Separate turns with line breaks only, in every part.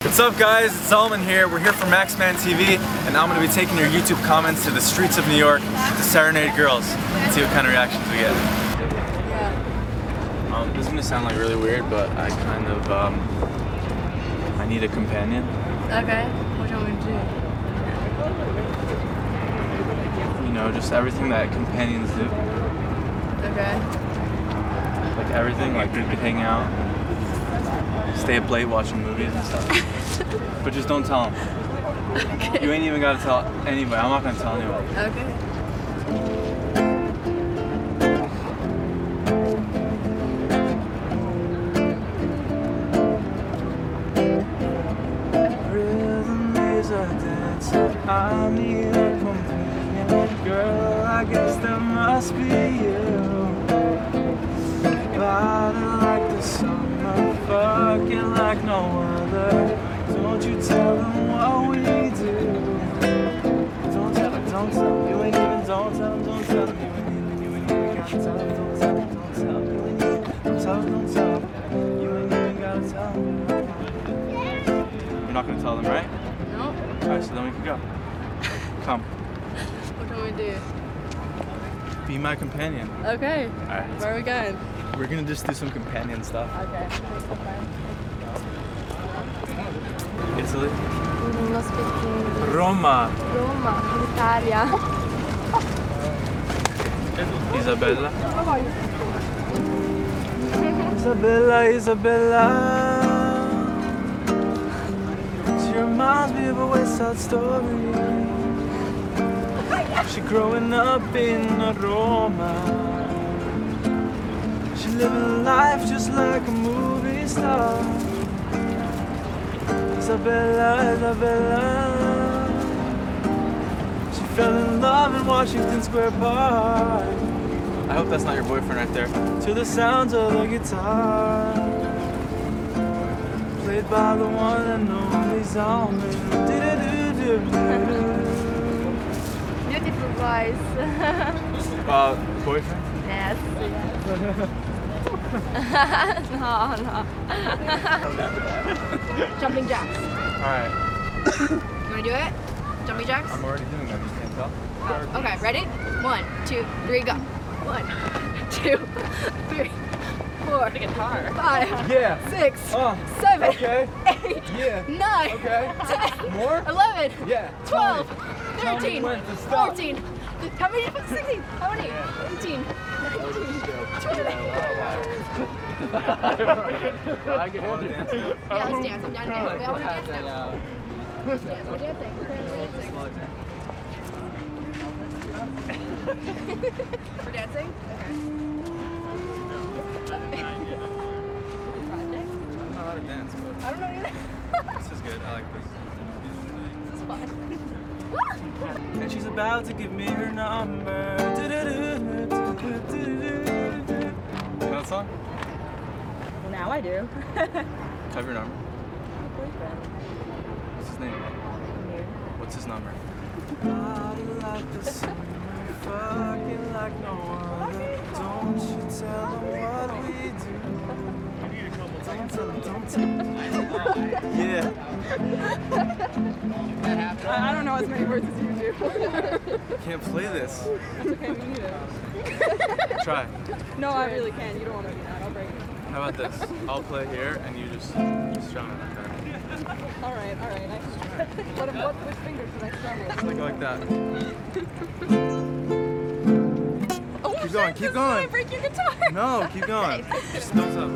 What's up guys, it's Salman here. We're here for Maxman TV and I'm going to be taking your YouTube comments to the streets of New York to serenade girls and see what kind of reactions we get.
Um, this is gonna sound like really weird, but I kind of um, I need a companion.
Okay, what do you want me to do?
You know, just everything that companions do,
Okay.
like everything, like we could hang out, stay up late watching movies and stuff. but just don't tell them. You ain't even gotta tell anybody. I'm not gonna tell anyone.
Okay.
Rhythm is a dancer. I need a companion. Girl, I guess that must be you. Body like the summer, fucking like no other. Don't you tell them what we do. Don't tell them, don't tell them. You ain't even, don't tell them, don't tell them. You ain't even, you ain't even gotta tell them, don't tell them, don't tell them. You ain't even, don't tell them, don't tell them. You ain't even gotta tell them. You're not gonna tell them, right?
No? What
Alright, so then we can go. Come.
do you want me to do?
Be my companion.
Okay.
Alright.
Where are we going?
We're gonna just do some companion stuff.
Okay.
Italy.
Non speaking
Roma.
Roma, Italia.
Isabella. Isabella, Isabella. She reminds me of a West Side story. She growing up in Roma. She living life just like a movie star. Isabella, Isabella. She fell in love in Washington Square Park. I hope that's not your boyfriend right there. To the sounds of the guitar, played by the one and only Zalman. Do-do-do-do-do.
Beautiful voice.
Uh, boyfriend?
Yes. no, no. Jumping jacks.
All right.
You wanna do it? Jumping jacks?
I'm already doing that. You can't tell.
Oh, okay, ready? One, two, three, go. One, two, three, four, five,
Yeah.
six,
Oh.
seven,
Okay.
eight,
Yeah.
nine,
Okay.
10,
More?
11,
Yeah.
12,
Tell me
13,
when to stop.
14. How many? 16. How many? 18. 19. 20.
I can hold it.
Yeah, let's dance. I'm down to dance. We all wanna dance now. Let's dance. We're dancing. We're dancing. We're dancing? Okay.
I don't know how to dance,
I don't know either.
but this is good. I like this.
This is fun.
And she's about to give me her number. You know that song?
Well, now I do.
Have your number. What's his name? What's his number? Don't you tell them what we do. Yeah,
I don't know as many words as you do.
can't play this.
okay, me neither.
Try.
No, I really can. You don't want to do that. I'll break it.
How about this? I'll play here and you just strum it like that.
All right, all right. I can try. What, what, which finger should I start with?
Like like that.
Oh,
Keep going, keep going.
break your guitar.
No, keep going. Just thumbs up.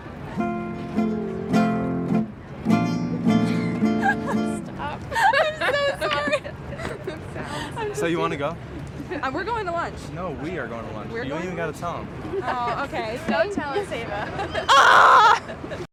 So you want to go?
Uh, we're going to lunch.
No, we are going to lunch.
We're
you don't
going
even
to
gotta tell them.
Oh, okay.
Don't tell us, Ava.